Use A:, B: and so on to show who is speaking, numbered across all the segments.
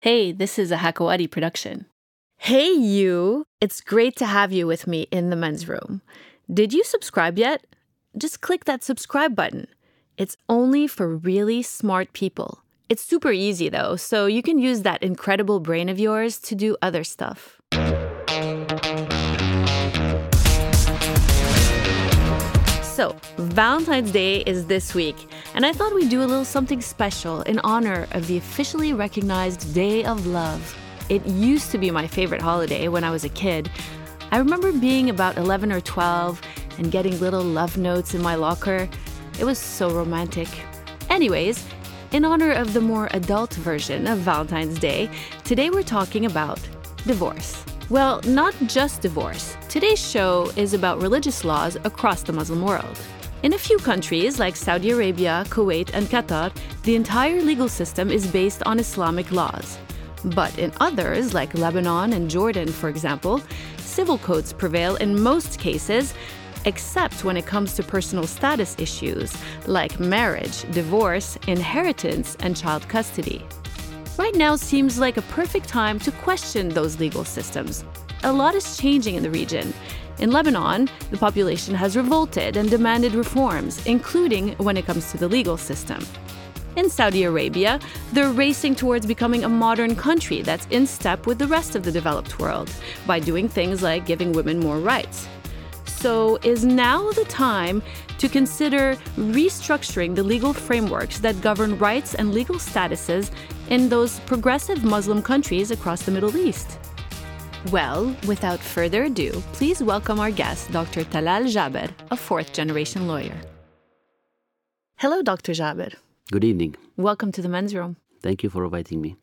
A: Hey, this is a Hakawari production.
B: Hey, you! It's great to have you with me in the men's room. Did you subscribe yet? Just click that subscribe button. It's only for really smart people. It's super easy, though, so you can use that incredible brain of yours to do other stuff. So, Valentine's Day is this week, and I thought we'd do a little something special in honor of the officially recognized Day of Love. It used to be my favorite holiday when I was a kid. I remember being about 11 or 12 and getting little love notes in my locker. It was so romantic. Anyways, in honor of the more adult version of Valentine's Day, today we're talking about divorce. Well, not just divorce. Today's show is about religious laws across the Muslim world. In a few countries like Saudi Arabia, Kuwait, and Qatar, the entire legal system is based on Islamic laws. But in others, like Lebanon and Jordan, for example, civil codes prevail in most cases, except when it comes to personal status issues like marriage, divorce, inheritance, and child custody. Right now seems like a perfect time to question those legal systems. A lot is changing in the region. In Lebanon, the population has revolted and demanded reforms, including when it comes to the legal system. In Saudi Arabia, they're racing towards becoming a modern country that's in step with the rest of the developed world by doing things like giving women more rights. So, is now the time to consider restructuring the legal frameworks that govern rights and legal statuses in those progressive Muslim countries across the Middle East? Well, without further ado, please welcome our guest, Dr. Talal Jaber, a fourth generation lawyer. Hello, Dr. Jaber.
C: Good evening.
B: Welcome to the men's room.
C: Thank you for inviting me.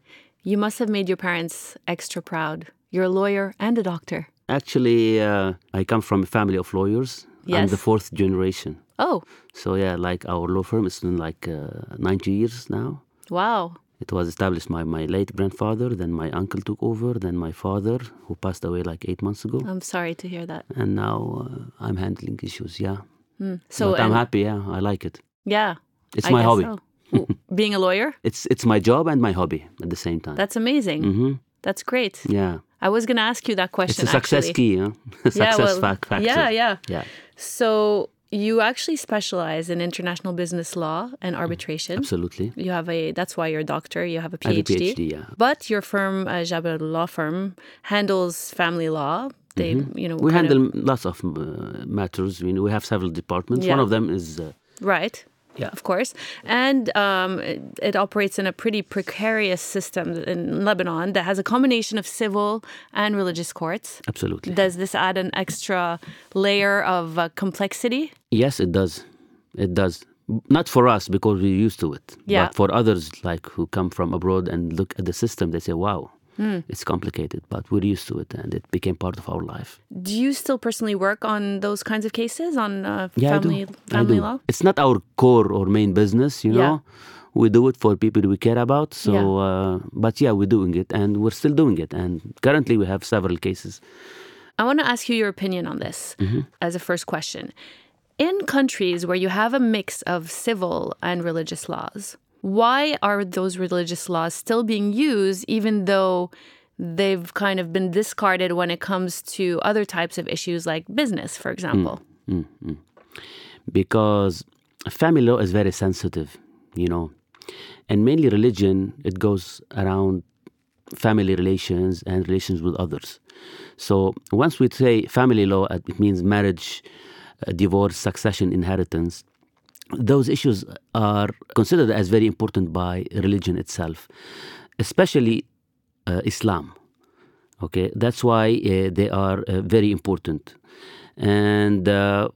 B: You must have made your parents extra proud. You're a lawyer and a doctor.
C: Actually, uh, I come from a family of lawyers. I'm
B: Yes.
C: the fourth generation.
B: Oh,
C: So yeah, like our law firm is in like uh, 90 years now.
B: wow.
C: It was established by my late grandfather, then my uncle took over, then my father, who passed away like eight months ago.
B: I'm sorry to hear that.
C: And now uh, I'm handling issues, yeah.
B: So,
C: but I'm
B: and-
C: happy, yeah, I like it.
B: yeah.
C: It's
B: I
C: my
B: guess
C: hobby.
B: so. W- Being a lawyer?
C: It's, it's my job and my hobby at the same time.
B: That's amazing.
C: hmm
B: That's great.
C: Yeah.
B: I was going to ask you that
C: It's
B: question.
C: a success
B: actually.
C: key, huh? success
B: well,
C: fac- factor.
B: Yeah, yeah.
C: Yeah,
B: So you actually specialize in international business law and arbitration.
C: absolutely.
B: You have a that's why you're a doctor. You have a PhD.
C: I have a PhD, yeah.
B: But your firm, uh, Jabir Law Firm, handles family law. They, you know,
C: Mm-hmm. We
B: kind
C: handle lots of uh, matters. I mean, we have several departments. One
B: Yeah.
C: of them is uh,
B: of, right.
C: Yeah.
B: Of course. And um, it, it operates in a pretty precarious system in Lebanon that has a combination of civil and religious courts.
C: absolutely
B: Does this add an extra layer of uh, complexity?
C: yes, it does, it does. Not for us because we're used to it.
B: Yeah.
C: But for others, like who come from abroad and look at the system, they say, "Wow,
B: Hmm.
C: it's complicated," but we're used to it, and it became part of our life.
B: Do you still personally work on those kinds of cases on uh,
C: Yeah,
B: family
C: I do. I
B: family
C: do.
B: law?
C: It's not our core or main business, you
B: Yeah.
C: know. We do it for people we care about. So,
B: Yeah.
C: uh, but yeah, we're doing it, and we're still doing it. And currently, we have several cases.
B: I want to ask you your opinion on this as a first question. In countries where you have a mix of civil and religious laws, why are those religious laws still being used even though they've kind of been discarded when it comes to other types of issues like business, for example?
C: because family law is very sensitive, you know, and mainly religion, it goes around family relations and relations with others. So once we say family law, uh, it means marriage, uh, divorce, succession, inheritance. Those issues are considered as very important by religion itself, especially uh, Islam. Okay, that's why uh, they are uh, very important. And uh,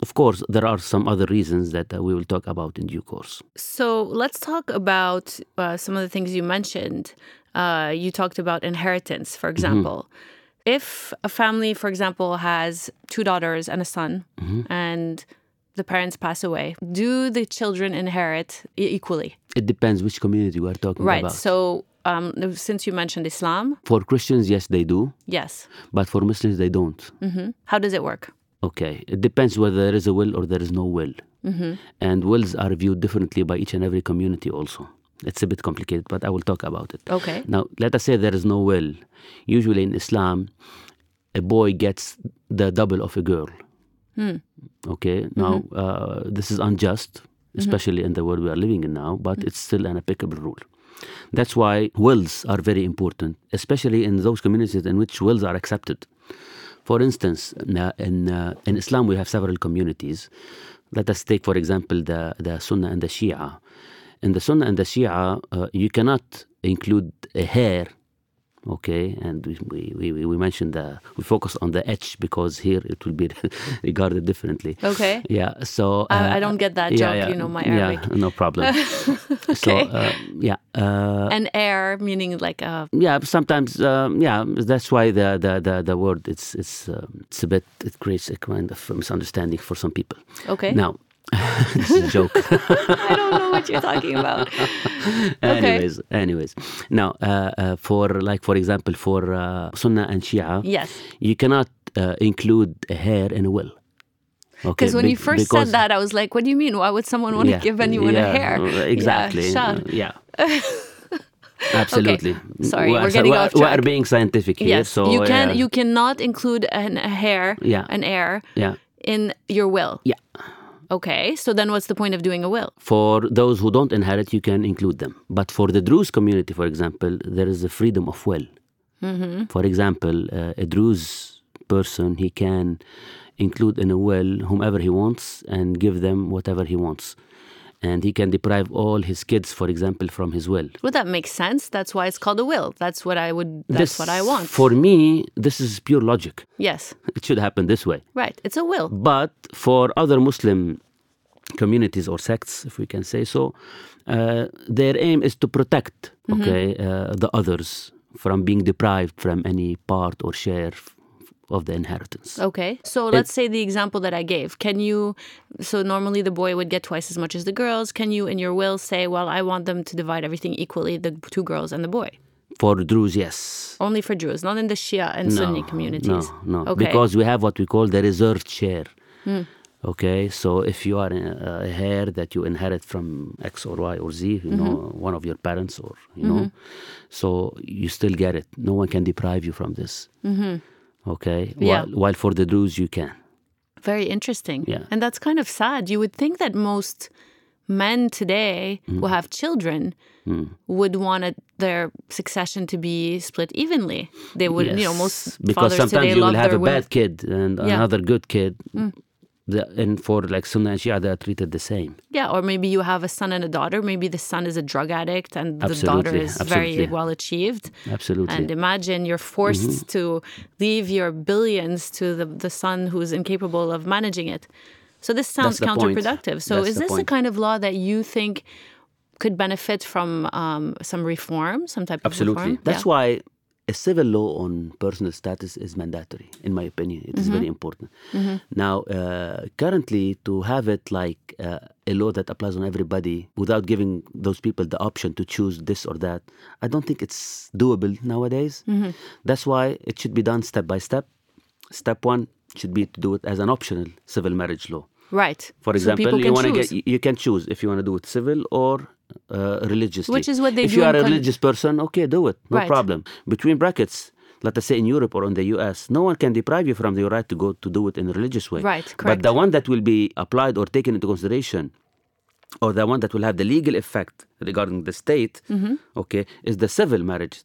C: of course, there are some other reasons that uh, we will talk about in due course.
B: So let's talk about uh, some of the things you mentioned. Uh, you talked about inheritance, for
C: Mm-hmm.
B: example. If a family, for example, has two daughters and a son,
C: Mm-hmm.
B: and the parents pass away, do the children inherit e- equally?
C: It depends which community we are talking
B: Right.
C: about.
B: So, um, since you mentioned Islam,
C: for Christians, yes, they do,
B: yes.
C: but for Muslims, they don't.
B: hmm How does it work?
C: Okay, it depends whether there is a will or there is no will. And wills are viewed differently by each and every community, also. It's a bit complicated, but I will talk about it.
A: Okay.
C: Now, let us say there is no will. Usually in Islam, a boy gets the double of a girl. Okay. Now, uh, this is unjust, especially in the world we are living in now, but it's still an applicable rule. That's why wills are very important, especially in those communities in which wills are accepted. For instance, na- in, uh, in Islam, we have several communities. Let us take, for example, the, the Sunnah and the Shia. In the Sunnah and the Shia, uh, you cannot include a hair, okay? And we, we- we, we, we mentioned the, we focus on the H because here it will be regarded differently.
A: Okay.
C: Yeah, so. uh,
B: I- I don't get that joke, you know, my Arabic.
C: Yeah, no problem. So, uh, yeah. Uh,
B: And air, meaning like a
C: yeah sometimes um, yeah that's why the the, the, the word it's it's um, it's a bit it creates a kind of misunderstanding for some people
B: Eh?
A: Okay.
C: now this is a joke
B: I don't know what you're talking about.
C: anyways anyways now uh, uh, for like for example for uh, sunnah and shia
B: Yes.
C: you cannot uh, include a hair in a will okay
B: Because when
C: be-
B: you first
C: because-
B: said that, I was like, what do you mean? Why would someone want
C: yeah,
B: to give anyone
C: yeah,
B: a hair?
C: uh,
B: Yeah,
C: exactly Uh,
B: sure.
C: yeah absolutely
B: sorry,
C: we are,
B: we're getting
C: we are,
B: off
C: we
B: track.
C: are being scientific here
B: Yes.
C: so uh,
B: you can
C: yeah.
B: you cannot include an, a hair,
C: Yeah.
B: an heir,
C: yeah
B: in your will.
C: yeah
B: Okay. So then what's the point of doing a will?
C: for those who don't inherit, you can include them. But for the Druze community, for example, there is a freedom of will.
B: Mm-hmm.
C: For example, uh, a Druze person, he can include in a will whomever he wants and give them whatever he wants. And he can deprive all his kids, for example, from his will.
B: Well, that makes sense. That's why it's called a will. That's what I would that's
C: This-
B: what I want.
C: For me, this is pure logic.
B: yes.
C: It should happen this way.
B: Right. It's a will.
C: But for other Muslim communities or sects, if we can say so, uh, their aim is to protect, okay, uh, the others from being deprived from any part or share f- of the inheritance.
B: Okay. So let's say the example that I gave. Can you so normally the boy would get twice as much as the girls. Can you in your will say, well, I want them to divide everything equally, the two girls and the boy?
C: For Druze, yes.
B: Only for Jews, not in the Shia and Sunni
C: No,
B: communities.
C: Oh, no,
B: Okay. Hmm.
C: because we have what we call the reserved share. Okay, so if you are uh, a, a heir that you inherit from X or Y or Z, you
B: Mm-hmm.
C: know, one of your parents or, you know, so you still get it. No one can deprive you from this. Okay,
B: Mm-hmm. Yeah.
C: while, while for the Druze, you can.
B: Very interesting.
C: Yeah.
B: And that's kind of sad. You would think that most men today who
C: Mm-hmm.
B: have children
C: Mm.
B: would want it, their succession to be split evenly. They would, you know, most
C: because
B: fathers
C: sometimes
B: today
C: you will
B: love
C: have
B: their Mm.
C: a
B: women.
C: bad kid and another good kid. The- and for like Sunnah and Shia, they are treated the same.
B: Yeah, or maybe you have a son and a daughter. Maybe the son is a drug addict and the daughter
C: Absolutely,
B: is very
C: absolutely.
B: well achieved.
C: Absolutely.
B: And imagine you're forced
C: Mm-hmm.
B: to leave your billions to the, the son who's incapable of managing it. So this sounds
C: That's the point.
B: counterproductive. So
C: That's
B: is
C: the
B: this the
C: point.
B: kind of law that you think could benefit from um, some reform, some type of
C: Absolutely.
B: reform?
C: That's why a civil law on personal status is mandatory, in my opinion. It is very important. Now, uh, currently, to have it like uh, a law that applies on everybody without giving those people the option to choose this or that, I don't think it's doable nowadays. That's why it should be done step by step. Step one should be to do it as an optional civil marriage law.
B: Right.
C: For example,
B: so people
C: you
B: can
C: want to
B: choose.
C: get you can choose if you want to do it civil or uh, religiously.
B: Which is what they
C: if
B: do
C: you
B: in
C: are a
B: con-
C: religious person, okay, do it, no
B: Right.
C: problem. Between brackets, let us say in Europe or in the U.S., no one can deprive you from your right to go to do it in a religious way.
B: Right,
C: But
B: correct.
C: the one that will be applied or taken into consideration. Or the one that will have the legal effect regarding the state,
B: Mm-hmm.
C: okay, is the civil marriage,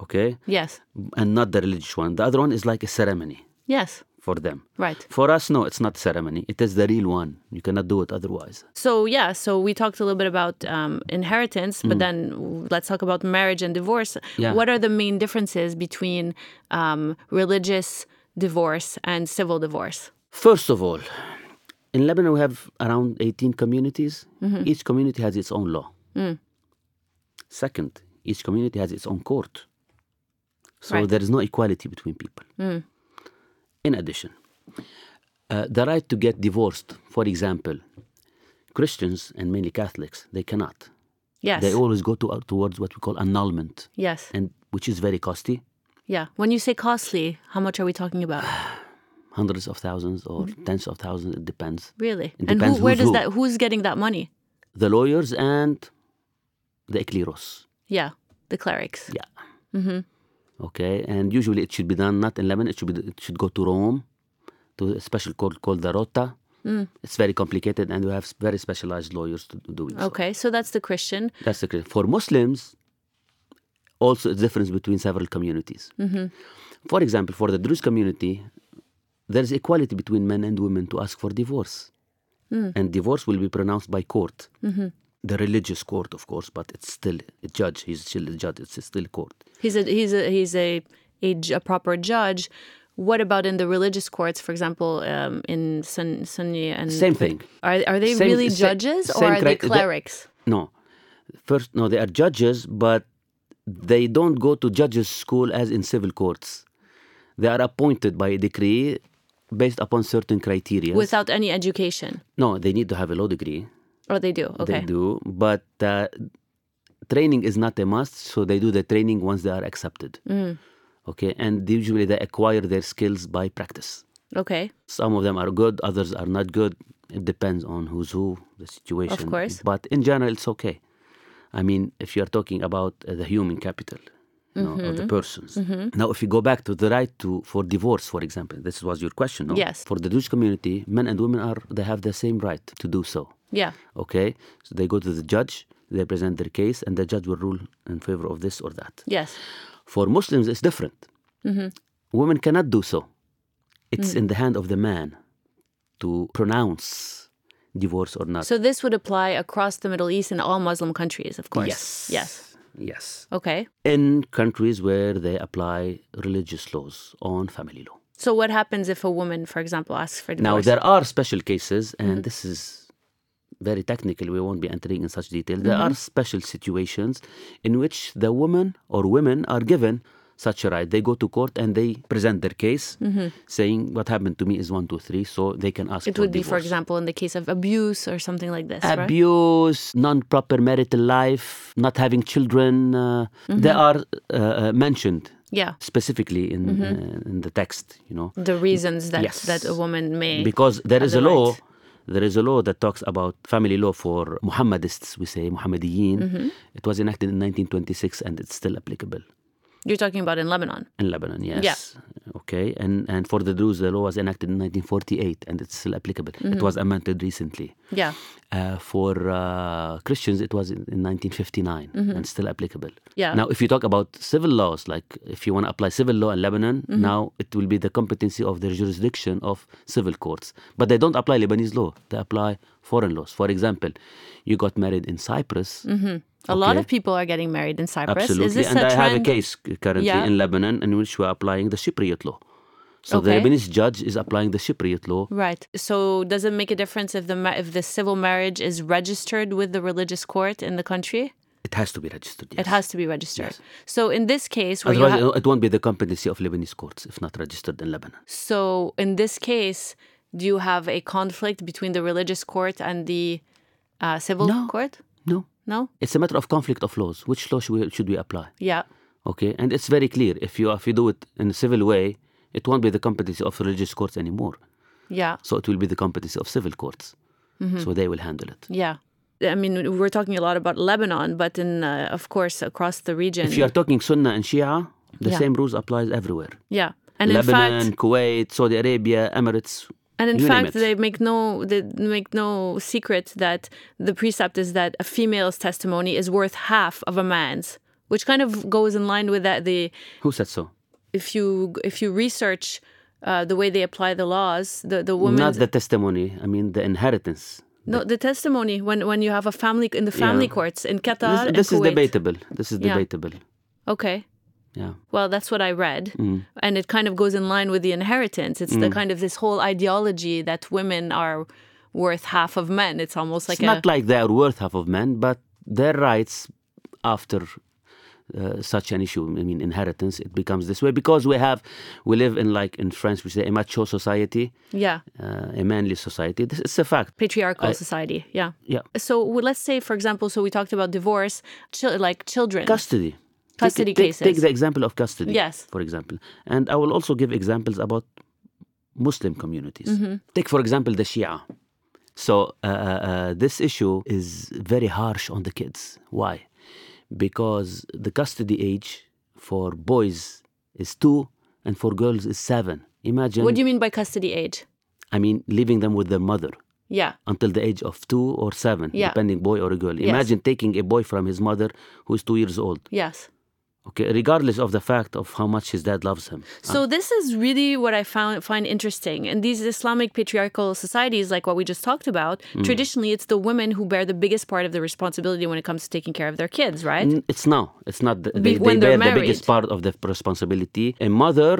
C: okay,
B: yes.
C: and not the religious one. The other one is like a ceremony
B: Yes.
C: for them.
B: Right.
C: For us, no, it's not ceremony. It is the real one. You cannot do it otherwise.
B: So yeah, so we talked a little bit about um, inheritance, but then w- let's talk about marriage and divorce.
C: Mm. Yeah.
B: What are the main differences between um, religious divorce and civil divorce?
C: First of all, in Lebanon, we have around 18 communities.
B: Mm-hmm.
C: Each community has its own law.
B: Mm.
C: Second, each community has its own court. So
B: Right. Mm.
C: there is no equality between people. In addition, uh, the right to get divorced, for example, Christians and mainly Catholics, they cannot.
B: Yes.
C: They always go to, towards what we call annulment,
B: yes.
C: and which is very costly.
B: Yeah. When you say costly, how much are we talking about?
C: hundreds of thousands or tens of thousands. It depends.
B: Really?
C: It
B: and
C: depends
B: who, where
C: who's
B: does
C: who.
B: that? Who's getting that money?
C: The lawyers and the ekleros.
B: Yeah, the clerics.
C: Yeah. Okay, and usually it should be done not in Lebanon. It should be it should go to Rome, to a special court called the Rota. It's very complicated, and we have s- very specialized lawyers to do it.
B: Okay, so that's the Christian.
C: That's the case. For Muslims, also a difference between several communities. For example, for the Druze community, there is equality between men and women to ask for divorce. And divorce will be pronounced by court. The religious court, of course, but it's still a judge. He's still a judge. It's still court.
B: He's a he's a he's a a, j- a proper judge. What about in the religious courts, for example, um, in Sun, Sunni and
C: Same thing.
B: Are are they
C: Same-
B: really
C: sa-
B: judges or
C: same
B: are they
C: cri- the-
B: clerics?
C: No. First, no, they are judges, but they don't go to judges' school as in civil courts. They are appointed by a decree based upon certain criteria.
B: Without any education,
C: no, they need to have a law degree.
B: or they do? Okay,
C: They do, but uh, training is not a must, so they do the training once they are accepted.
B: Mm.
C: Okay, and usually they acquire their skills by practice.
B: okay,
C: Some of them are good, others are not good. It depends on who's who, the situation.
B: course.
C: But in general, it's okay. I mean, if you are talking about uh, the human capital, you know, of the
B: Mm-hmm.
C: persons. Now, if you go back to the right to for divorce, for example, this was your question. No?
B: Yes.
C: For the Jewish community, men and women are they have the same right to do so.
B: yeah,
C: Okay, so they go to the judge, they present their case, and the judge will rule in favor of this or that.
B: yes,
C: For Muslims, it's different. Women cannot do so. It's in the hand of the man to pronounce divorce or not.
B: So this would apply across the Middle East and all Muslim countries, of course.
C: yes.
B: Yes.
C: Yes.
B: Okay.
C: In countries where they apply religious laws on family law.
B: So what happens if a woman, for example, asks for
C: Now,
B: divorce?
C: there are special cases, and
B: Mm-hmm.
C: this is very technical. We won't be entering in such detail. There are
B: Mm-hmm.
C: special situations in which the woman or women are given such a right. They go to court and they present their case, saying what happened to me is one, two, three, so they can ask.
B: Mm-hmm. it
C: for
B: would be, for
C: divorce.
B: example, in the case of abuse or something like this, right?
C: abuse, non-proper marital life, not having children. Uh,
B: Mm-hmm.
C: They are uh, uh, mentioned
B: Yeah.
C: specifically in
B: Mm-hmm.
C: uh, in the text. You know,
B: The reasons that
C: Yes.
B: that a woman may
C: because there is a
B: the
C: law
B: right.
C: there is a law that talks about family law for Muhammadists, we say Muhammadiyin. It was enacted in 1926 and it's still applicable
B: you're talking about in Lebanon.
C: in Lebanon, yes. Okay, and, and for the Druze, the law was enacted in 1948 and it's still applicable. It was amended recently.
B: Yeah.
C: Uh, for uh, Christians, it was in, in 1959 and still applicable.
B: Mm-hmm. Yeah.
C: Now, if you talk about civil laws, like if you want to apply civil law in Lebanon,
B: Mm-hmm.
C: now it will be the competency of the jurisdiction of civil courts. But they don't apply Lebanese law, they apply foreign laws. For example, you got married in Cyprus.
B: A lot
C: Okay.
B: of people are getting married in Cyprus.
C: Absolutely.
B: Mm-hmm. Is this
C: and
B: a
C: I
B: trend?
C: have a case c- currently
B: Yeah.
C: in Lebanon in which we're applying the Cypriot law. So the
B: Okay.
C: Lebanese judge is applying the Cypriot law.
B: Right. So does it make a difference if the ma- if the civil marriage is registered with the religious court in the country?
C: It has to be registered.
B: It
C: yes.
B: has to be registered. So in this case, where you
C: Otherwise,
B: ha-
C: it won't be the competency of Lebanese courts if not registered in Lebanon.
B: So in this case, do you have a conflict between the religious court and the uh, civil
C: No.
B: court?
C: No.
B: No.
C: It's a matter of conflict of laws. Which law should we, should we apply?
B: Yeah.
C: Okay, and it's very clear. If you if you do it in a civil way, it won't be the competency of religious courts anymore.
B: Yeah.
C: So it will be the competency of civil courts.
B: Mm-hmm.
C: So they will handle it.
B: Yeah. I mean, we're talking a lot about Lebanon, but in uh, of course across the region.
C: If you are talking Sunnah and Shia, the
B: Yeah.
C: same rules applies everywhere.
B: yeah. And
C: Lebanon,
B: in fact,
C: Kuwait, Saudi Arabia, Emirates.
B: and in
C: you name
B: fact,
C: it.
B: they make no they make no secret that the precept is that a female's testimony is worth half of a man's, which kind of goes in line with that the
C: Who said so?
B: if you if you research uh, the way they apply the laws, the the woman
C: Not the testimony. I mean the inheritance.
B: no the testimony when when you have a family in the family courts in Qatar.
C: This, this
B: and
C: is
B: Kuwait.
C: debatable. This is
B: Yeah.
C: debatable.
B: Okay.
C: Yeah.
B: Well, that's what I read,
C: Mm.
B: and it kind of goes in line with the inheritance. It's the kind of this whole ideology that women are worth half of men. It's almost like
C: It's
B: a
C: not like they are worth half of men, but their rights after uh, such an issue, I mean inheritance, it becomes this way because we have we live in like in France we say a macho society,
B: yeah
C: uh, a manly society. This is a fact.
B: patriarchal society. Yeah.
C: Yeah,
B: So well, let's say, for example, so we talked about divorce, chil- like children.
C: custody. Take-
B: Custody
C: take, Take
B: cases.
C: the example of custody.
B: Yes.
C: For example, and I will also give examples about Muslim communities.
B: Mm-hmm.
C: Take for example the Shia. So uh, uh, uh, this issue is very harsh on the kids. Why? because the custody age for boys is two and for girls is seven. Imagine,
B: What do you mean by custody age?
C: I mean, leaving them with their mother
B: Yeah.
C: until the age of two or seven,
B: Yeah.
C: depending boy or a girl.
B: Yes.
C: Imagine taking a boy from his mother who is two years old,
B: Yes.
C: Ah. okay, regardless of the fact of how much his dad loves him.
B: So this is really what I found find interesting. In these Islamic patriarchal societies, like what we just talked about,
C: Mm.
B: traditionally it's the women who bear the biggest part of the responsibility when it comes to taking care of their kids, right?
C: N- It's now. It's not. The, they,
B: when
C: they
B: they're
C: bear the biggest
B: married.
C: part of the responsibility. A mother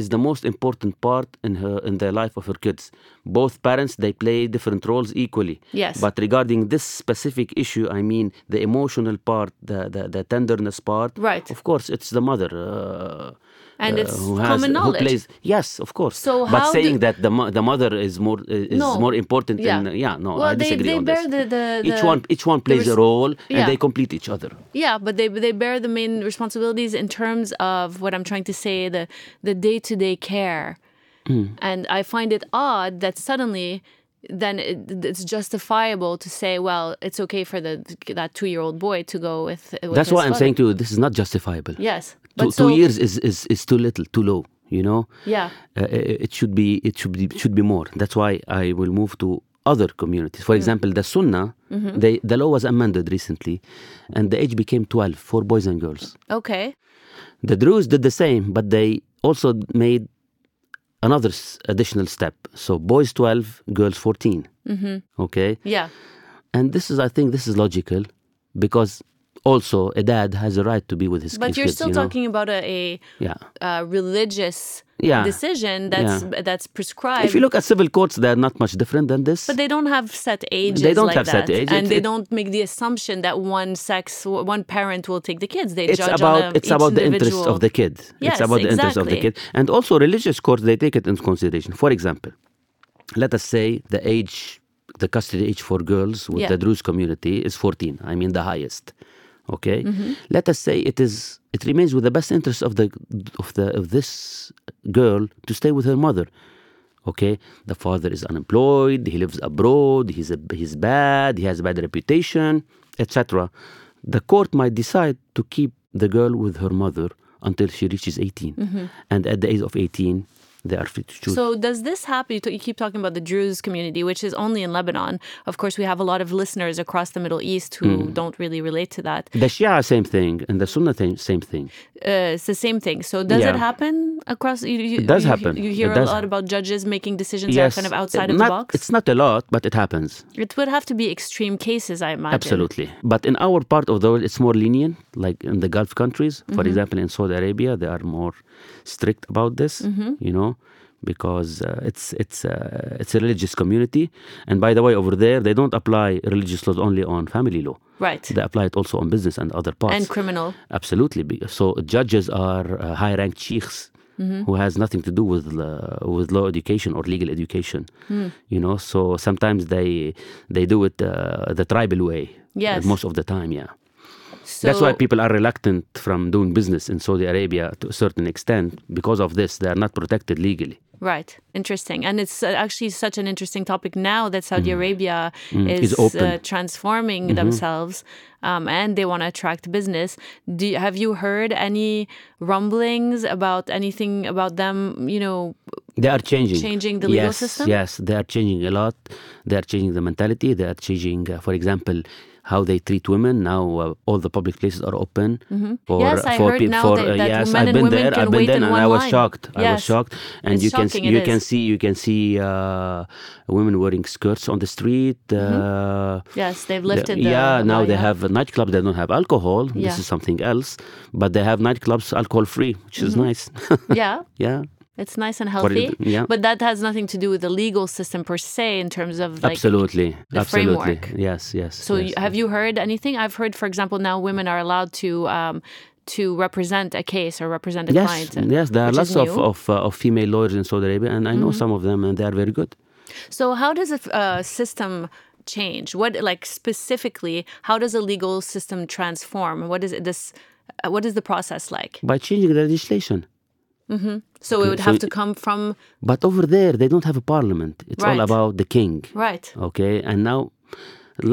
C: is the most important part in her in the life of her kids. Both parents they play different roles equally.
B: Yes.
C: But regarding this specific issue, I mean the emotional part, the the, the tenderness part.
B: Right.
C: Of course, it's the mother. Uh,
B: And
C: uh,
B: it's
C: who has-
B: common
C: who
B: knowledge.
C: plays- yes, of course.
B: So
C: but
B: how
C: saying
B: do-
C: that the mo- the mother is more is
B: No.
C: more important.
B: Yeah.
C: In, uh, yeah. No,
B: Well,
C: I
B: they-
C: disagree
B: they
C: on
B: bear
C: this.
B: the- the-
C: each
B: the-
C: one each one plays
B: res-
C: a role
B: Yeah.
C: and they complete each other.
B: Yeah, but they they bear the main responsibilities in terms of what I'm trying to say the the day to day care,
C: Hmm.
B: and I find it odd that suddenly then it, it's justifiable to say well it's okay for the that two year old boy to go with. with
C: That's
B: his
C: why I'm
B: father.
C: saying to you, this is not justifiable.
B: Yes, so-
C: Two, two years is, is, is too little, too low. You know,
B: Yeah.
C: uh, it it should be it should be it should be more. That's why I will move to other communities.
B: Mm.
C: For example, the Sunnah,
B: Mm-hmm.
C: they, the law was amended recently, and the age became 12 for boys and girls.
B: Okay.
C: The Druze did the same, but they also made another s- additional step. So boys 12, girls 14. Mm-hmm. Okay,
B: Yeah.
C: and this is I think this is logical because also a dad has a right to be with his
B: But
C: his
B: you're
C: kids,
B: still
C: you know?
B: talking about a,
C: Yeah.
B: a uh, religious
C: Yeah.
B: decision that's that's prescribed.
C: If you look at civil courts, they're not much different than this.
B: But they don't have set ages.
C: They don't
B: like
C: have set
B: that.
C: age.
B: and
C: It-
B: they
C: it-
B: don't make the assumption that one sex, one parent will take the kids. They
C: it's
B: judge
C: about
B: on a,
C: it's
B: each
C: about the
B: individual.
C: interest of the kid.
B: Yes,
C: it's about the interest of the
B: exactly.
C: kid, and also religious courts they take it into consideration. For example, let us say the age, the custody age for girls with
B: Yeah.
C: the Druze community is 14. I mean the highest. Okay, let us say it is. It remains with the best interest of the of the of this girl to stay with her mother. Okay, the father is unemployed. He lives abroad. He's a, he's bad. He has a bad reputation, etc. The court might decide to keep the girl with her mother until she reaches 18, and at the age of 18, they are free to choose.
B: So does this happen? You, t- you keep talking about the Druze community, which is only in Lebanon. Of course, we have a lot of listeners across the Middle East who
C: Hmm.
B: don't really relate to that.
C: The Shia, same thing, and the Sunnah, thing, same thing.
B: Uh, it's the same thing. So does it
C: Yeah.
B: happen across? You, you,
C: It does
B: you,
C: happen.
B: You hear
C: It does
B: a lot
C: happen.
B: about judges making decisions that are kind of outside of
C: not,
B: the box.
C: It's not a lot, but it happens.
B: It would have to be extreme cases, I imagine.
C: Absolutely. But in our part of the world, it's more lenient, like in the Gulf countries.
B: Mm-hmm.
C: For example, in Saudi Arabia, they are more strict about this,
B: Mm-hmm.
C: you know, because uh, it's, it's, uh, it's a religious community. And by the way, over there, they don't apply religious laws only on family law.
B: Right.
C: They apply it also on business and other parts.
B: and criminal.
C: Absolutely. Be- So judges are uh, high-ranked sheikhs
B: Mm-hmm.
C: who has nothing to do with uh, with law education or legal education.
B: Hmm.
C: You know, so sometimes they they do it uh, the tribal way. uh,
B: Yes.
C: most of the time, yeah.
B: So
C: That's why people are reluctant from doing business in Saudi Arabia to a certain extent because of this. They are not protected legally.
B: Right. Interesting. And it's uh, actually such an interesting topic now that Saudi Arabia is
C: Is Mm. open. Mm-hmm.
B: Uh, transforming themselves um, and they want to attract business. Do you, have you heard any rumblings about anything about them, you know,
C: They are changing.
B: Changing the legal
C: yes,
B: system?
C: Yes, they are changing a lot. They are changing the mentality. They are changing, uh, for example, how they treat women. Now uh, all the public places are open for
B: Mm-hmm. Yes, I
C: for
B: heard
C: people.
B: now
C: for,
B: that-
C: uh,
B: that
C: yes,
B: men
C: I've
B: and
C: been
B: women
C: there.
B: can
C: I've been
B: wait
C: there,
B: in
C: and
B: one
C: I was
B: line.
C: shocked. I was
B: Yes.
C: shocked. And
B: It's
C: you can
B: shocking,
C: see,
B: it
C: you can
B: is.
C: see you can see uh, women wearing skirts on the street. Uh,
B: yes, they've
C: the-
B: Mm-hmm. lifted the.
C: yeah,
B: the
C: now
B: law,
C: they have nightclubs. They don't have alcohol.
B: Yeah.
C: This is something else. But they have nightclubs alcohol free, which is
B: Mm-hmm.
C: nice.
B: Yeah.
C: yeah.
B: It's nice and
C: For
B: healthy.
C: it- yeah.
B: But that has nothing to do with the legal system per se in terms of like
C: absolutely
B: the
C: absolutely
B: framework.
C: yes yes
B: So
C: yes.
B: you, have you heard anything? I've heard, for example, now women are allowed to um, to represent a case or represent a
C: yes
B: client. uh,
C: yes there are
B: which
C: lots
B: is
C: of
B: new. Mm-hmm.
C: of, uh, of female lawyers in saudi arabia and i know some of them and they are very good
B: So how does a f- uh, system change? What like specifically? How does a legal system transform? What is it, this? uh, What is the process like?
C: by changing the legislation
B: So it would
C: so
B: have to
C: it-
B: come from
C: but over there they don't have a parliament it's all
B: Right.
C: about the king
B: right.
C: okay and now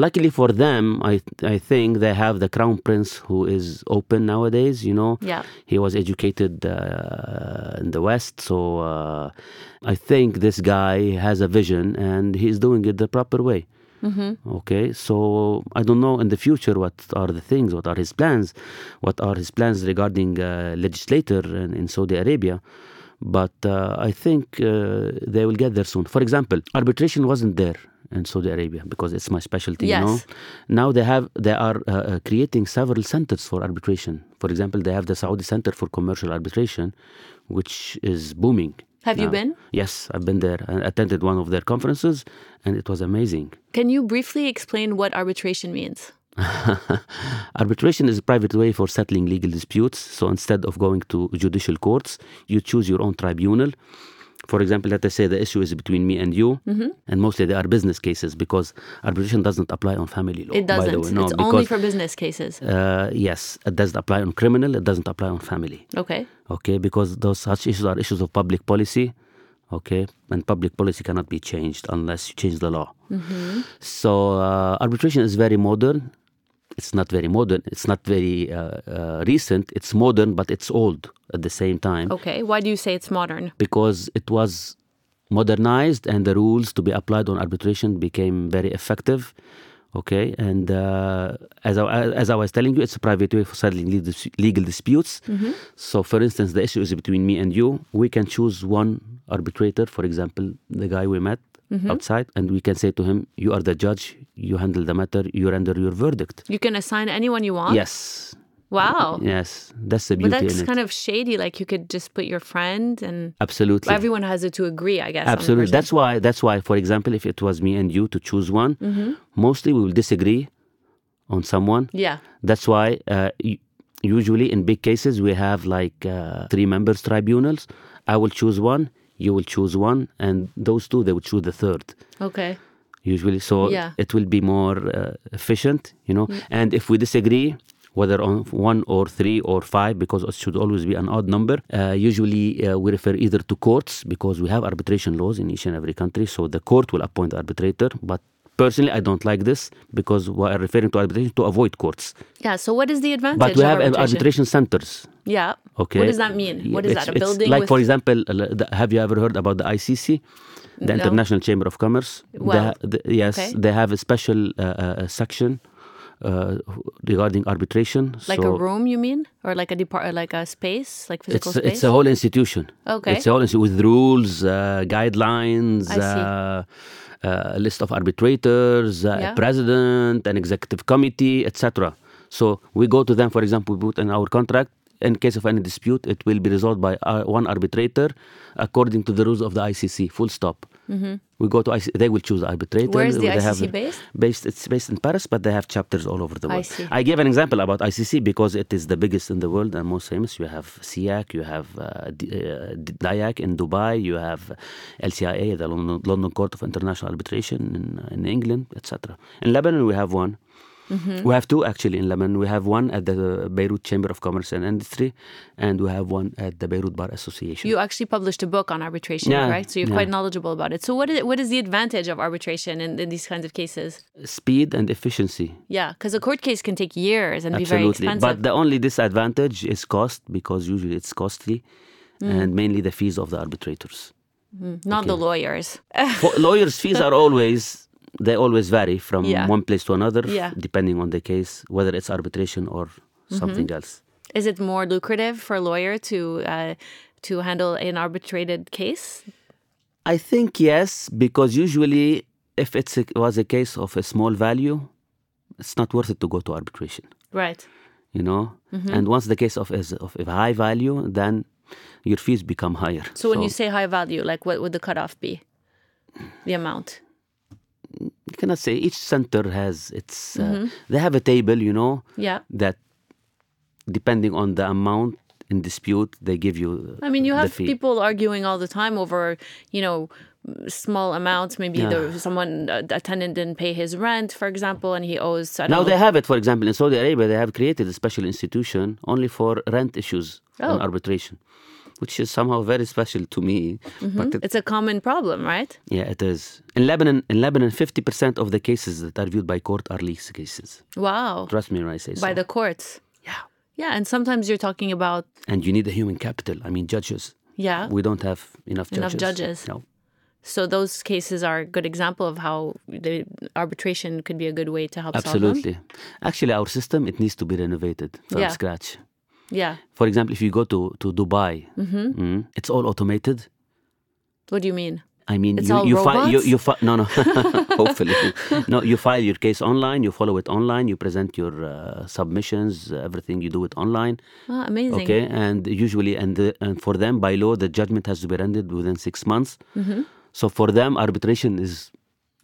C: Luckily for them, I I think they have the crown prince who is open nowadays. You know,
B: Yeah.
C: he was educated uh, in the West, so uh, I think this guy has a vision and he's doing it the proper way.
B: Mm-hmm.
C: Okay, so I don't know in the future what are the things, what are his plans, what are his plans regarding uh, legislator in, in Saudi Arabia. But uh, I think uh, they will get there soon. For example, arbitration wasn't there in Saudi Arabia because it's my specialty. You know,
B: Yes.
C: now they have they are uh, uh, creating several centers for arbitration. For example, they have the Saudi Center for Commercial Arbitration, which is booming.
B: Have you
C: now.
B: been?
C: Yes, I've been there. I attended one of their conferences, and it was amazing.
B: Can you briefly explain what arbitration means?
C: Arbitration is a private way for settling legal disputes. So instead of going to judicial courts, you choose your own tribunal. For example, let us say the issue is between me and you,
B: Mm-hmm.
C: and mostly they are business cases because arbitration doesn't apply on family law.
B: It
C: By the
B: doesn't.
C: way. No,
B: it's
C: because,
B: only for business cases.
C: uh, yes, it doesn't apply on criminal. It doesn't apply on family.
B: Okay.
C: Okay, because those such issues are issues of public policy. Okay, and public policy cannot be changed unless you change the law. So uh, arbitration is very modern. It's not very modern. It's not very uh, uh, recent. It's modern, but it's old at the same time
B: Okay. Why do you say it's modern?
C: because it was modernized and the rules to be applied on arbitration became very effective. Okay, and uh, as, I, as I was telling you, it's a private way for settling le- dis- legal disputes.
B: Mm-hmm.
C: So, for instance, the issue is between me and you. We can choose one arbitrator, for example, the guy we met
B: Mm-hmm.
C: outside, and we can say to him, You are the judge, you handle the matter, you render your verdict.
B: You can assign anyone you want.
C: Yes,
B: Wow.
C: yes, that's the
B: Ah. But
C: beauty
B: that's
C: in it.
B: kind of shady. Like you could just put your friend and
C: Absolutely.
B: everyone has it to agree, I guess. on the
C: Absolutely.
B: person.
C: That's why. That's why. For example, if it was me and you to choose one, mostly we will disagree on someone.
B: Yeah.
C: That's why uh, u- usually in big cases we have like uh, three members tribunals. I will choose one. You will choose one, and those two they will choose the third
B: Okay.
C: usually. So
B: Yeah. Mm.
C: it will be more uh, efficient, you know. And if we disagree, whether on one or three or five, because it should always be an odd number, uh, usually uh, we refer either to courts because we have arbitration laws in each and every country. So the court will appoint the arbitrator. But personally, I don't like this because we are referring to arbitration to avoid courts.
B: Yeah. So what is the advantage?
C: But we
B: of
C: have
B: arbitration?
C: arbitration centers.
B: Yeah.
C: Okay.
B: What does that mean?
C: Yeah,
B: What is
C: it's-
B: that? A
C: it's
B: building
C: Like,
B: with
C: for example, l- the- have you ever heard about the ICC, the International Chamber of Commerce? They
B: Well,
C: ha- th- yes,
B: okay.
C: they have a special uh, uh, section uh, regarding arbitration.
B: like
C: so
B: a room, you mean, or like a depart, uh, like a space, like physical
C: It's
B: space?
C: it's a whole institution.
B: Okay.
C: It's a whole institution with rules, uh, guidelines,
B: I see.
C: uh, uh, a list of arbitrators, uh,
B: Yeah.
C: a president, an executive committee, etc. So we go to them. For example, we put in our contract. In case of any dispute, it will be resolved by uh, one arbitrator according to the rules of the ICC. Full stop. We go to ICC. They will choose the arbitrator.
B: Mm-hmm. Where is the
C: They have-
B: ICC based?
C: Based. It's based in Paris, but they have chapters all over the world.
B: see.
C: I gave an example about ICC because it is the biggest in the world and most famous. You have SIAC, you have uh, D- uh, D- DIAC in Dubai, you have LCIA, the London, London Court of International Arbitration in, in England, etc. In Lebanon, we have one.
B: Mm-hmm.
C: We have two actually in Lebanon. We have one at the Beirut Chamber of Commerce and Industry, and we have one at the Beirut Bar Association.
B: You actually published a book on arbitration,
C: Yeah,
B: right? So you're
C: yeah.
B: quite knowledgeable about it. So what is what is the advantage of arbitration in, in these kinds of cases?
C: Speed and efficiency.
B: Yeah, because a court case can take years and be very
C: Absolutely.
B: expensive.
C: But the only disadvantage is cost because usually it's costly
B: Mm.
C: and mainly the fees of the arbitrators.
B: Not the lawyers.
C: For lawyers' fees are always they always vary from
B: Yeah.
C: one place to another
B: Yeah. Mm-hmm.
C: depending on the case, whether it's arbitration or something else.
B: Is it more lucrative for a lawyer to uh, to handle an arbitrated case?
C: I think yes, because usually if it's a, was a case of a small value, it's not worth it to go to arbitration.
B: Right.
C: You know,
B: Mm-hmm.
C: and once the case of is of a high value, then your fees become higher.
B: So when you say high value, like what would the cutoff be? The amount.
C: you cannot say each center has its uh,
B: Mm-hmm.
C: they have a table you know
B: Yeah.
C: that depending on the amount in dispute they give you uh,
B: I mean, you
C: the
B: have
C: fee.
B: people arguing all the time over, you know, small amounts. Maybe
C: Yeah.
B: there was someone a a tenant didn't pay his rent, for example, and he owes. I don't
C: Now
B: know,
C: they have it, for example, in Saudi Arabia, they have created a special institution only for rent issues and
B: Oh.
C: arbitration, which is somehow very special to me. But it-
B: it's a common problem, right?
C: yeah, it is. In Lebanon, in Lebanon, 50% of the cases that are viewed by court are lease cases.
B: Wow.
C: Trust me when I say so.
B: By the courts.
C: yeah.
B: Yeah, and sometimes you're talking about
C: And you need a human capital. I mean, judges.
B: yeah.
C: We don't have enough
B: Enough
C: judges.
B: judges.
C: No.
B: So those cases are a good example of how the arbitration could be a good way to help solve them.
C: Absolutely. Actually, our system, it needs to be renovated from
B: Yeah.
C: scratch.
B: Yeah.
C: For example, if you go to, to Dubai,
B: Mm-hmm.
C: mm, it's all automated.
B: What do you mean?
C: I mean,
B: It's
C: you,
B: all
C: you file you,
B: robots?
C: you fi- no no hopefully no you file your case online you follow it online you present your uh, submissions uh, everything you do it online
B: Ah, amazing.
C: okay and usually and, the, and for them by law the judgment has to be rendered within six months
B: Mm-hmm.
C: so for them arbitration is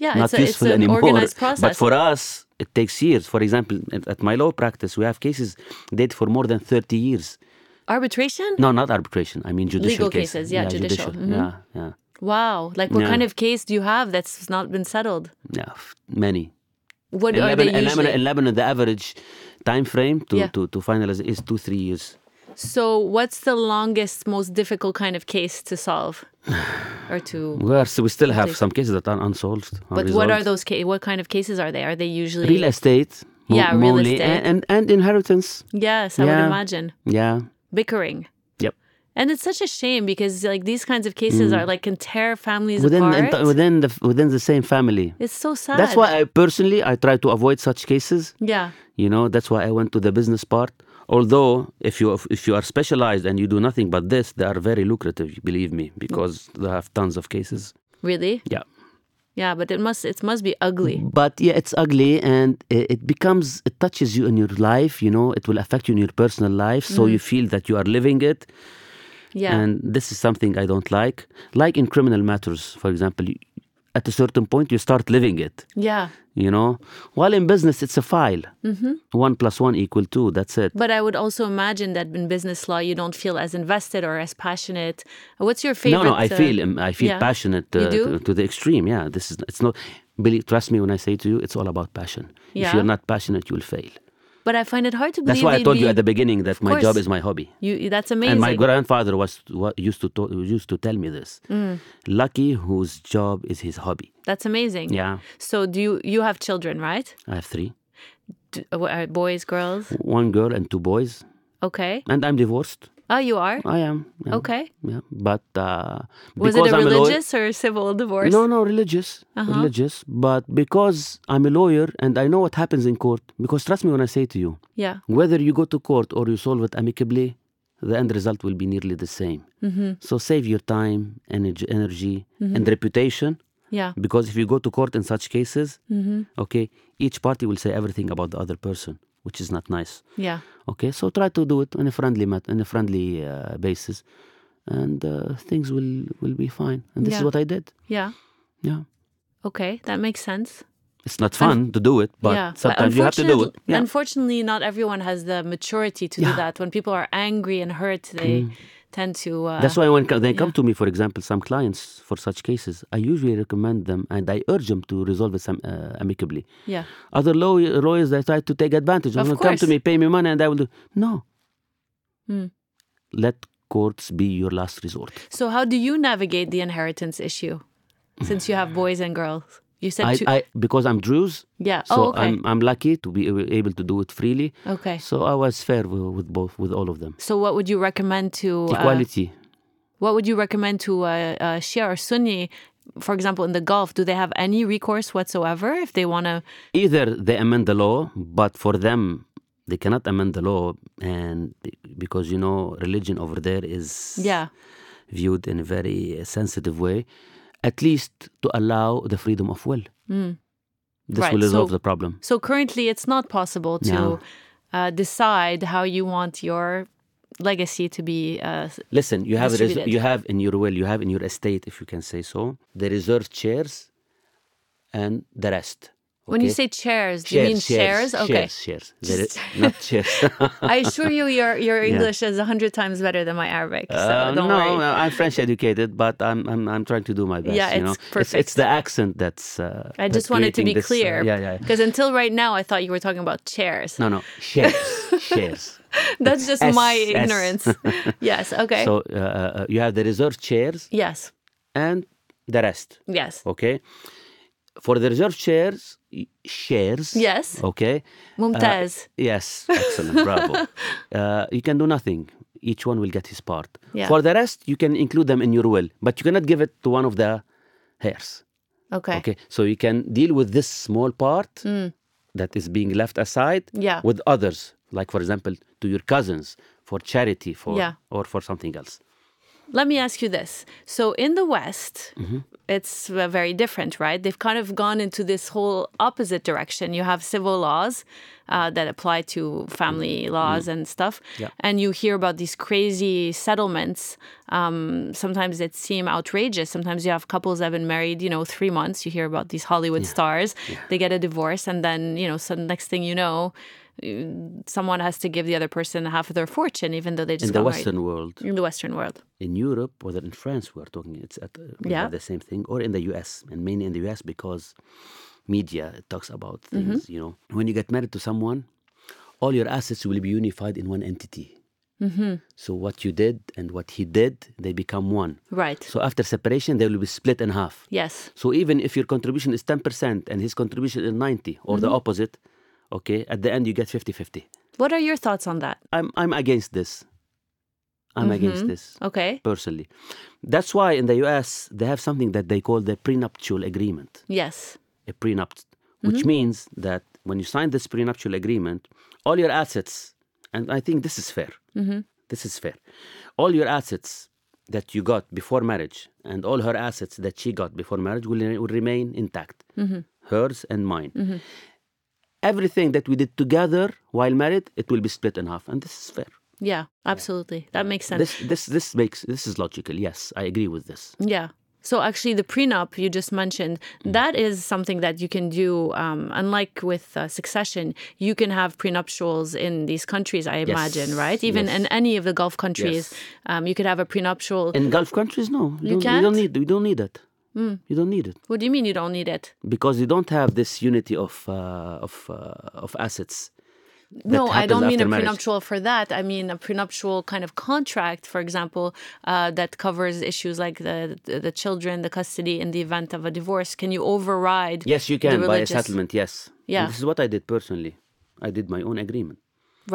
B: Yeah,
C: not
B: it's, a, it's
C: useful
B: an
C: anymore
B: organized process.
C: but for us it takes years for example at at my law practice we have cases dated for more than 30 years
B: arbitration?
C: no not arbitration I mean judicial
B: Legal cases, yeah, judicial, Mm-hmm.
C: yeah yeah
B: Wow. Like what
C: Yeah.
B: kind of case do you have that's not been settled?
C: yeah f- many
B: What
C: in
B: are
C: Lebanon,
B: they
C: in
B: usually?
C: Lebanon, in Lebanon, the average time frame to,
B: Yeah.
C: to, to finalize is two three years.
B: So what's the longest, most difficult kind of case to solve? or to
C: We, are, so we still have some cases that are unsolved.
B: But what are those ca- what kind of cases are they? Are they usually
C: real estate? mo-
B: Yeah, real
C: mainly,
B: estate.
C: And, and and inheritance.
B: Yes, I would
C: Yeah.
B: imagine.
C: Yeah.
B: Bickering.
C: Yep. Mm.
B: And it's such a shame because like these kinds of cases are like can tear families
C: Within
B: apart.
C: ent- within the within the same family.
B: it's so sad.
C: That's why I personally I try to avoid such cases.
B: Yeah.
C: You know, that's why I went to the business part. Although, if you if you are specialized and you do nothing but this, they are very lucrative. Believe me, because they have tons of cases.
B: Really?
C: Yeah.
B: Yeah, but it must it must be ugly.
C: But yeah, it's ugly and i- it becomes, it touches you in your life, you know, it will affect you in your personal life. So you feel that you are living it.
B: Yeah.
C: Mm-hmm. And this is something I don't like. Like in criminal matters, for example, you, at a certain point, you start living it,
B: yeah.
C: you know. While in business, it's a file. One plus one equal two, that's it.
B: But I would also imagine that in business law you don't feel as invested or as passionate. What's your favorite
C: No, no, I
B: uh,
C: feel um, I feel
B: yeah.
C: passionate uh,
B: You do?
C: to, to the extreme. Yeah, this is it's not. Believe, trust me when I say to you, it's all about passion. If
B: Yeah.
C: you're not passionate, you'll fail.
B: But I find it hard to believe
C: That's why I
B: they'd
C: told you
B: be-
C: at the beginning that my job
B: course.
C: is my hobby.
B: you that's amazing.
C: And my grandfather was wa- used to to- used to tell me this.
B: Mm.
C: Lucky whose job is his hobby.
B: that's amazing.
C: Yeah,
B: So do you you have children, right?
C: I have three:
B: Do, uh, what are boys, girls?
C: one girl and two boys,
B: Okay.
C: and I'm divorced.
B: Oh, you are?
C: I am. yeah,
B: Okay.
C: Yeah, but uh,
B: Oh. Was
C: because
B: it a
C: I'm
B: religious or a civil
C: a lawyer.
B: divorce?
C: No, no, religious, religious. But because I'm a lawyer and I know what happens in court, because trust me when I say to you,
B: Yeah.
C: whether you go to court or you solve it amicably, the end result will be nearly the same. So save your time, energy, energy and reputation.
B: Yeah.
C: Because if you go to court in such cases, okay, each party will say everything about the other person, which is not nice.
B: Yeah.
C: Okay, so try to do it on a friendly mat- on a friendly uh, basis, and uh, things will will be fine. And this is
B: Yeah.
C: what I did.
B: Yeah.
C: Yeah,
B: Okay, that makes sense.
C: it's not fun to do it, but
B: yeah.
C: sometimes you have to do it.
B: unfortunately-
C: Yeah.
B: Unfortunately, not everyone has the maturity to do that. When people are angry and hurt, they tend to. Uh,
C: Mm. That's why when co- they come to me, for example, some clients for such cases, I usually recommend them and I urge them to resolve it some, uh, amicably.
B: yeah.
C: Other law- lawyers, they try to take advantage.
B: Of
C: They will come to
B: course.
C: me, pay me money, and I will do. No.
B: Mm.
C: Let courts be your last resort.
B: So, how do you navigate the inheritance issue since you have boys and girls? You said
C: I,
B: two.
C: I, because I'm Druze,
B: yeah.
C: so
B: oh, okay.
C: I'm, I'm lucky to be a- able to do it freely.
B: okay.
C: So I was fair wi- with both, with all of them.
B: So, what would you recommend to. Uh,
C: Equality.
B: what would you recommend to uh, uh, Shia or Sunni, for example, in the Gulf? Do they have any recourse whatsoever if they want to?
C: Either they amend the law, but for them, they cannot amend the law, and be- because you know religion over there is
B: Yeah.
C: viewed in a very sensitive way, at least to allow the freedom of will. This
B: Hmm. Right,
C: will resolve
B: so-
C: the problem.
B: So currently, it's not possible to
C: No.
B: uh, decide how you want your legacy to be. Uh, s-
C: Listen, you have a res-
B: Distributed.
C: you have in your will, you have in your estate, if you can say so, the reserved shares and the rest
B: When you
C: okay?
B: say chairs, do you mean shares? Okay.
C: Shares, shares. There is- not shares.
B: I assure you, your your English is a hundred times better than my Arabic. So
C: Uh,
B: don't
C: no,
B: worry.
C: no, I'm French educated, but I'm, I'm I'm trying to do my best.
B: Yeah,
C: you know?
B: it's
C: It's,
B: perfect.
C: the accent that's. Uh,
B: I
C: that's
B: just wanted to
C: creating
B: be
C: this, uh,
B: clear.
C: yeah, yeah.
B: Because until right now, I thought you were talking about chairs.
C: No, no, shares, shares.
B: That's just
C: S,
B: my
C: S.
B: ignorance. yes. Okay.
C: So uh, uh, you have the reserved chairs
B: yes.
C: and the rest.
B: Yes.
C: Okay. For the reserved chairs, y- shares.
B: Yes.
C: Okay. Uh,
B: Mumtaz.
C: Yes, excellent, bravo. Uh, you can do nothing. Each one will get his part.
B: Yeah.
C: For the rest, you can include them in your will, but you cannot give it to one of the heirs.
B: okay.
C: Okay, so you can deal with this small part that is being left aside
B: Mm. Yeah.
C: with others, like for example, to your cousins for charity, for
B: Yeah.
C: or for something else.
B: Let me ask you this. So in the West,
C: Mm-hmm.
B: it's uh, very different, right? They've kind of gone into this whole opposite direction. You have civil laws uh, that apply to
C: Mm-hmm.
B: family laws and stuff, and you hear about these crazy settlements. Um, sometimes that seem outrageous. Sometimes you have couples that have been married, you know, three months. You hear about these Hollywood stars. They get a divorce, and then you know, so next thing you know. you- Someone has to give the other person half of their fortune, even though they just
C: In the
B: got married.
C: Western world,
B: in the Western world.
C: in Europe, whether in France we are talking, it's at, we
B: Yeah.
C: have the same thing, or in the U.S. and mainly in the U.S. because media talks about
B: Mm-hmm.
C: things. You know, when you get married to someone, all your assets will be unified in one entity.
B: Mm-hmm.
C: So what you did and what he did, they become one.
B: Right.
C: So after separation, they will be split in half.
B: yes.
C: So even if your contribution is 10% and his contribution is 90 or the opposite, okay, at the end you get 50-50.
B: What are your thoughts on that?
C: I'm I'm against this. I'm against this
B: Okay.
C: personally. That's why in the US they have something that they call the prenuptial agreement,
B: Yes.
C: a prenup, which means that when you sign this prenuptial agreement, all your assets, and I think this is fair. This is fair. All your assets that you got before marriage and all her assets that she got before marriage will, will remain intact, hers and mine. Everything that we did together while married, it will be split in half, and this is fair.
B: Yeah. Absolutely. That makes sense.
C: This this this makes this is logical. Yes, I agree with this.
B: yeah. So actually, the prenup you just mentioned,
C: Hmm.
B: that is something that you can do. Um, unlike with uh, succession, you can have prenuptials in these countries. I imagine, right? Even
C: Yes.
B: in any of the Gulf countries,
C: Yes.
B: um, you could have a prenuptial.
C: In Gulf countries, no, you, don't, you
B: can't?
C: don't need you don't need it. You don't need it
B: what do you mean you don't need it?
C: because you don't have this unity of uh, of uh, of assets.
B: No, I
C: happens
B: don't mean
C: after
B: a
C: marriage.
B: prenuptial for that. I mean a prenuptial kind of contract, for example, uh, that covers issues like the, the the children, the custody in the event of a divorce. Can you override?
C: Yes, you
B: the
C: can by a
B: religious-
C: settlement. Yes, And
B: Yeah.
C: this is what I did personally. I did my own agreement.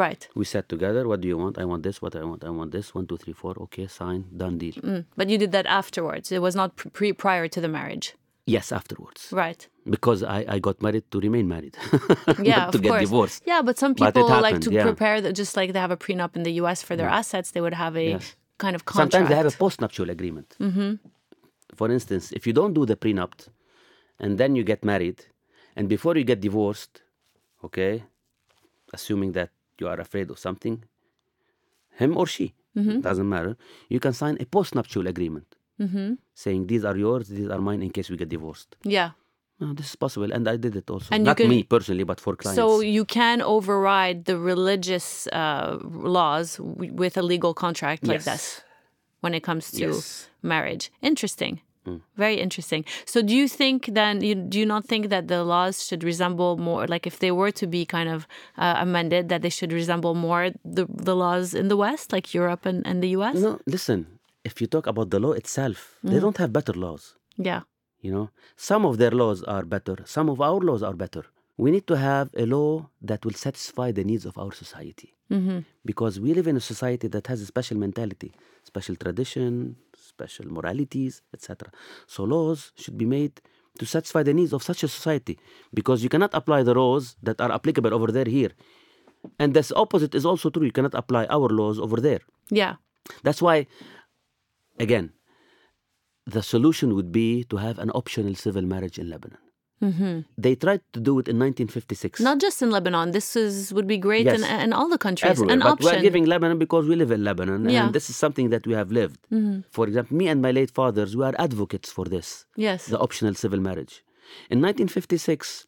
B: Right,
C: We sat together. What do you want? I want this. What I want? I want this. One, two, three, four. Okay, sign, done deal.
B: but you did that afterwards. It was not pr- pre prior to the marriage.
C: Yes, afterwards
B: Right.
C: because I, I got married to remain married,
B: Yeah,
C: not to
B: of
C: get
B: course.
C: divorced.
B: Yeah, but some
C: But it
B: people like
C: happened,
B: to
C: yeah.
B: prepare that just like they have a prenup in the U.S. for their assets. They would have a
C: Yes.
B: kind of contract.
C: Sometimes they have a postnuptial agreement. Mm-hmm. For instance, if you don't do the prenup and then you get married, and before you get divorced, okay, assuming that you are afraid of something, him or she,
B: Mm-hmm.
C: doesn't matter, you can sign a postnuptial agreement
B: Mm-hmm.
C: saying, These are yours, these are mine in case we get divorced.
B: yeah.
C: No, this is possible. And I did it also.
B: And you
C: Not
B: can-
C: me personally, but for clients.
B: So you can override the religious uh, laws w- with a legal contract like
C: Yes.
B: this when it comes to
C: Yes. Mm.
B: marriage. Interesting. Very interesting. So do you think then you, do you not think that the laws should resemble more like if they were to be kind of uh, amended that they should resemble more the, the laws in the West like Europe and, and the US?
C: No, listen, if you talk about the law itself, they
B: Mm-hmm.
C: don't have better laws.
B: Yeah.
C: You know, some of their laws are better, some of our laws are better. We need to have a law that will satisfy the needs of our society. Because we live in a society that has a special mentality, special tradition, special moralities, etc. So laws should be made to satisfy the needs of such a society. Because you cannot apply the laws that are applicable over there here. And this opposite is also true. You cannot apply our laws over there.
B: Yeah.
C: That's why, again, the solution would be to have an optional civil marriage in Lebanon. They tried to do it in 1956.
B: Mm-hmm. Not just in Lebanon. This is would be great in,
C: Yes.
B: in all the countries.
C: everywhere,
B: An
C: but
B: option.
C: we're giving Lebanon because we live in Lebanon,
B: Yeah.
C: and this is something that we have lived.
B: Mm-hmm.
C: For example, me and my late fathers, we are advocates for this,
B: yes.
C: the optional civil marriage. In 1956,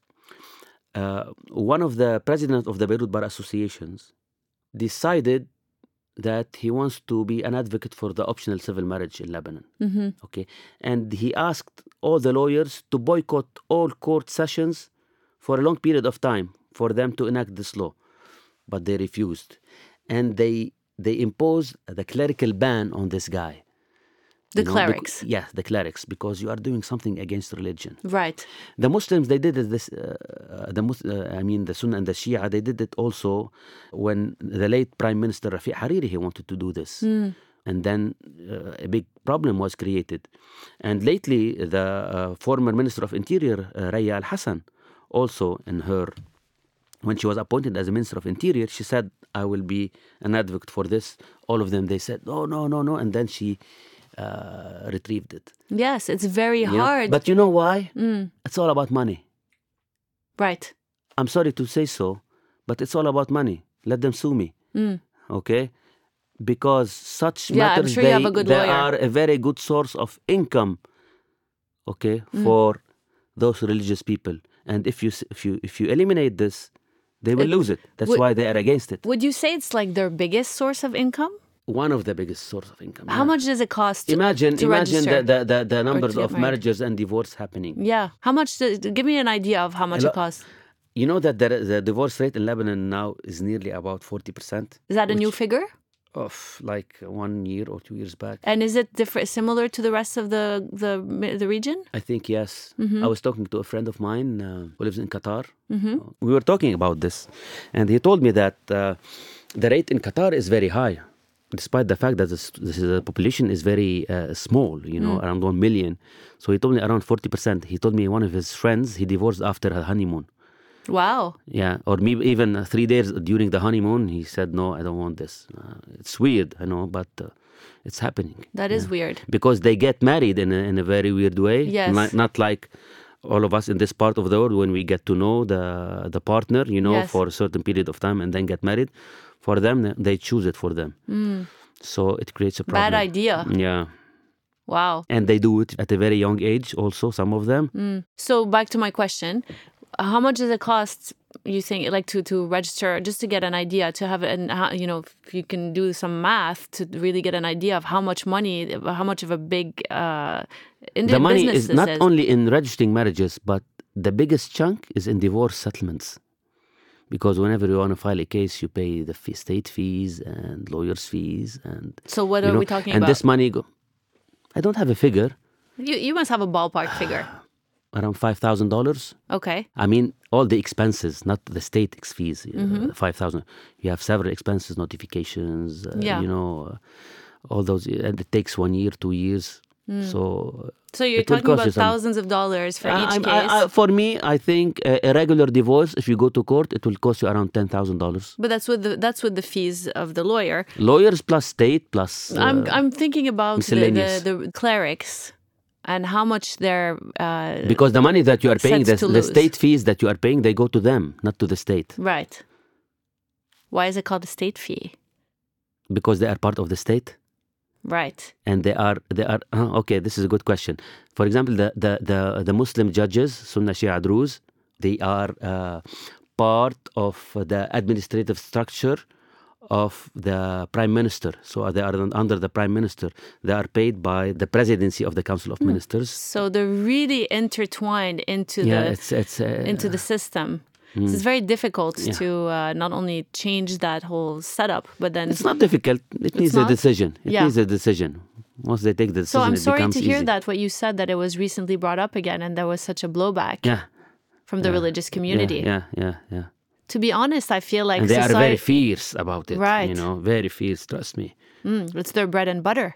C: uh, one of the president of the Beirut Bar Associations decided that he wants to be an advocate for the optional civil marriage in Lebanon.
A: Mm-hmm.
C: Okay, and he asked all the lawyers to boycott all court sessions for a long period of time for them to enact this law, but they refused, and they they imposed the clerical ban on this guy.
B: The
C: you know, bec-
B: clerics.
C: yeah, the clerics, because you are doing something against religion.
B: right.
C: The Muslims, they did it this. Uh, uh, the Mus- uh, I mean, the Sunnah and the Shia, they did it also when the late Prime Minister Rafiq Hariri he wanted to do this,
B: Mm.
C: and then uh, a big problem was created. And lately, the uh, former Minister of Interior uh, Raya Al Hassan, also in her, when she was appointed as a Minister of Interior, she said, "I will be an advocate for this." All of them, they said, "No, no, no, no," and then she uh, retrieved it.
B: Yes, it's very
C: you know?
B: hard. Mm.
C: But you know why? It's all about money.
B: right.
C: I'm sorry to say so, but it's all about money. Let them sue me. Okay? Because such
B: Hmm. Yeah, I'm
C: matters,
B: sure you
C: they,
B: have a good
C: they
B: lawyer.
C: are a very good source of income, okay,
B: Hmm.
C: for those religious people. And if you, s- if you, if you eliminate this, they will lose it. That's
B: would-
C: why they are against it.
B: Would you say it's like their biggest source of income?
C: One of the biggest source of income.
B: How
C: yeah.
B: much does it cost? to-
C: Imagine,
B: to
C: imagine the,
B: register?
C: the, the, the numbers
B: get
C: of
B: married.
C: marriages and divorce happening.
B: Yeah. How much? Does, give me an idea of how much
C: Hello?
B: it costs.
C: You know that the, the divorce rate in Lebanon now is nearly about 40%.
B: Is that a new
C: which-
B: figure?
C: of like one year or two years back.
B: And is it different, similar to the rest of the the the region?
C: I think yes. I was talking to a friend of mine uh, who lives in Qatar. Uh, We were talking about this, and he told me that uh, the rate in Qatar is very high, despite the fact that this, this is, the population is very uh, small. You know, around one million. So he told me around forty percent. He told me one of his friends he divorced after her honeymoon.
B: Wow.
C: Yeah, or maybe even uh, three days during the honeymoon, he said, "No, I don't want this." Uh, it's weird, I know, but uh, it's happening.
B: That is weird.
C: because they get married in a, in a very weird way.
B: Yes.
C: Not, not like all of us in this part of the world when we get to know the the partner, you know,
B: Yes.
C: for a certain period of time and then get married. For them, they choose it for them. So it creates a problem.
B: Mm. Bad idea.
C: Yeah.
B: Wow.
C: And they do it at a very young age also, some of them.
B: Mm. So back to my question, how much does it cost? You think like to to register just to get an idea to have an how- you know if you can do some math to really get an idea of how much money how much of a big uh, in
C: The money
B: business
C: is
B: this
C: not
B: is.
C: only in registering marriages, but the biggest chunk is in divorce settlements. Because whenever you want to file a case, you pay the fee, state fees and lawyers' fees and
B: So what
C: you
B: are
C: know,
B: we talking
C: and
B: about?
C: this money go i don't have a figure
B: you you must have a ballpark figure.
C: around $5000
B: Okay.
C: i mean all the expenses not the state ex- fees uh,
B: Mm-hmm.
C: 5000 you have several expenses notifications uh,
B: Yeah.
C: you know uh, all those and it takes one year two years so
B: So you're
C: It will
B: talking
C: cost
B: about
C: you some-
B: thousands of dollars Mm. for
C: uh,
B: each
C: I'm-
B: case.
C: I- I- for me i think uh, a regular divorce if you go to court it will cost you around $10000
B: but that's with the that's with the fees of the lawyer.
C: lawyers plus state plus uh,
B: I'm I'm thinking about the,
C: miscellaneous.
B: the, the clerics and how much they're uh,
C: because the money that you are paying the,
B: Sets to
C: the
B: lose.
C: state fees that you are paying they go to them not to the state
B: right. Why is it called a state fee?
C: because they are part of the state
B: Right.
C: and they are they are uh, okay this is a good question for example the the the, the muslim judges sunnah shia druze they are uh, part of the administrative structure of the prime minister so they are under the prime minister they are paid by the presidency of the council
B: Hmm.
C: of ministers
B: So they're really intertwined into
C: yeah
B: the
C: it's it's uh, mm.
B: into the system. So it's very difficult to uh, not only change that whole setup, but then
C: it's not difficult it needs a
B: not?
C: decision it
B: Yeah.
C: needs a decision once they take the decision
B: So I'm
C: it
B: sorry
C: becomes
B: to hear
C: easy.
B: that what you said that it was recently brought up again and there was such a blowback
C: yeah
B: from the religious
C: yeah
B: community.
C: yeah yeah, yeah.
B: To be honest, I feel like
C: and they are very
B: society
C: fierce about it
B: Right.
C: you know very fierce trust me
B: Mm, it's their bread and butter.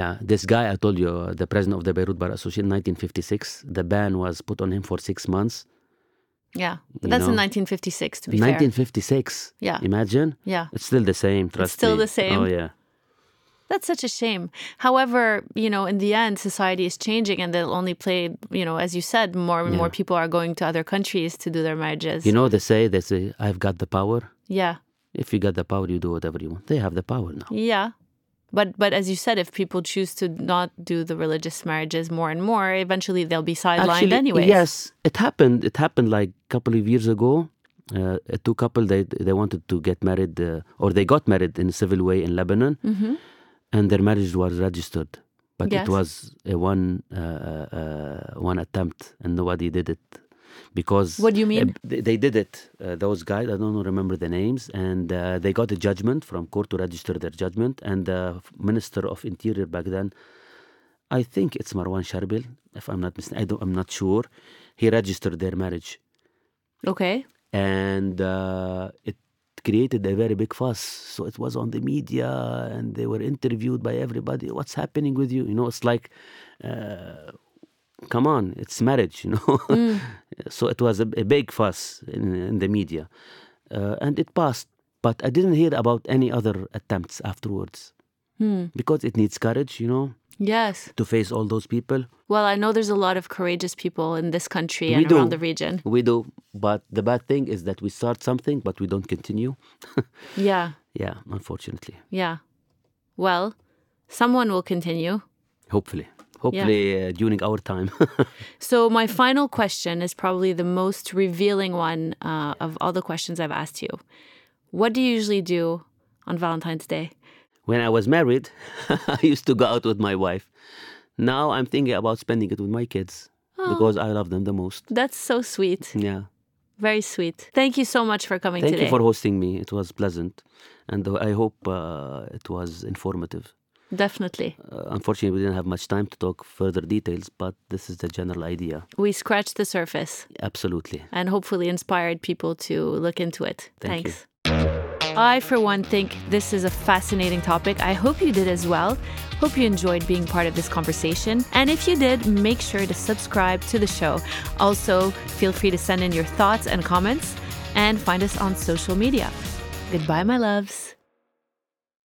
C: Yeah, this guy I told you, uh, the president of the Beirut Bar Association, 1956, the ban was put on him for six months.
B: Yeah.
C: You
B: But that's in
C: know.
B: 1956 to be fair.
C: 1956.
B: Yeah.
C: Imagine.
B: Yeah.
C: It's still the same. Trust
B: still
C: me.
B: the same.
C: Oh yeah.
B: That's such a shame. However, you know, in the end society is changing and they'll only play, you know, as you said, more and more people are going to other countries to do their marriages.
C: You know they say they say I've got the power.
B: yeah.
C: If you got the power, you do whatever you want. They have the power now.
B: Yeah. But but as you said, if people choose to not do the religious marriages more and more, eventually they'll be sidelined anyway.
C: Yes, it happened. It happened like a couple of years ago. Uh, a two couple they they wanted to get married uh, or they got married in a civil way in Lebanon,
B: Mm-hmm.
C: and their marriage was registered, but
B: Yes.
C: it was a one uh, uh, one attempt and nobody did it because
B: What do you mean?
C: uh, they, they did it. Uh, those guys I don't remember the names, and uh, they got a judgment from court to register their judgment, and the minister of interior back then I think it's Marwan Sharbil, if I'm not mistaken. I don't, I'm not sure. He registered their marriage,
B: Okay.
C: and uh, it created a very big fuss. So it was on the media, and they were interviewed by everybody. What's happening with you? You know, it's like, uh, come on, it's marriage. You know. so it was a, a big fuss in, in the media, uh, and it passed. But I didn't hear about any other attempts afterwards, because it needs courage, you know,
B: Yes.
C: to face all those people.
B: Well, I know there's a lot of courageous people in this country and
C: We
B: around
C: do.
B: the region.
C: We do, but the bad thing is that we start something, but we don't continue.
B: Yeah.
C: yeah, unfortunately.
B: Yeah. Well, someone will continue.
C: Hopefully, hopefully uh, during our time.
B: So, my
C: Hmm.
B: final question is probably the most revealing one uh, of all the questions I've asked you. What do you usually do on Valentine's Day?
C: when I was married, I used to go out with my wife. Now I'm thinking about spending it with my kids because I love them the most.
B: That's so sweet.
C: Yeah.
B: Very sweet. Thank you so much for coming
C: Hmm. Thank
B: today.
C: you for hosting me. It was pleasant, and I hope uh, it was informative.
B: Definitely.
C: Uh, unfortunately, we didn't have much time to talk further details, but this is the general idea.
B: We scratched the surface
C: Absolutely.
B: and hopefully inspired people to look into it.
C: Thank you.
B: Thanks. I, for one, think this is a fascinating topic. I hope you did as well. Hope you enjoyed being part of this conversation. And if you did, make sure to subscribe to the show. Also, feel free to send in your thoughts and comments and find us on social media. Goodbye, my loves.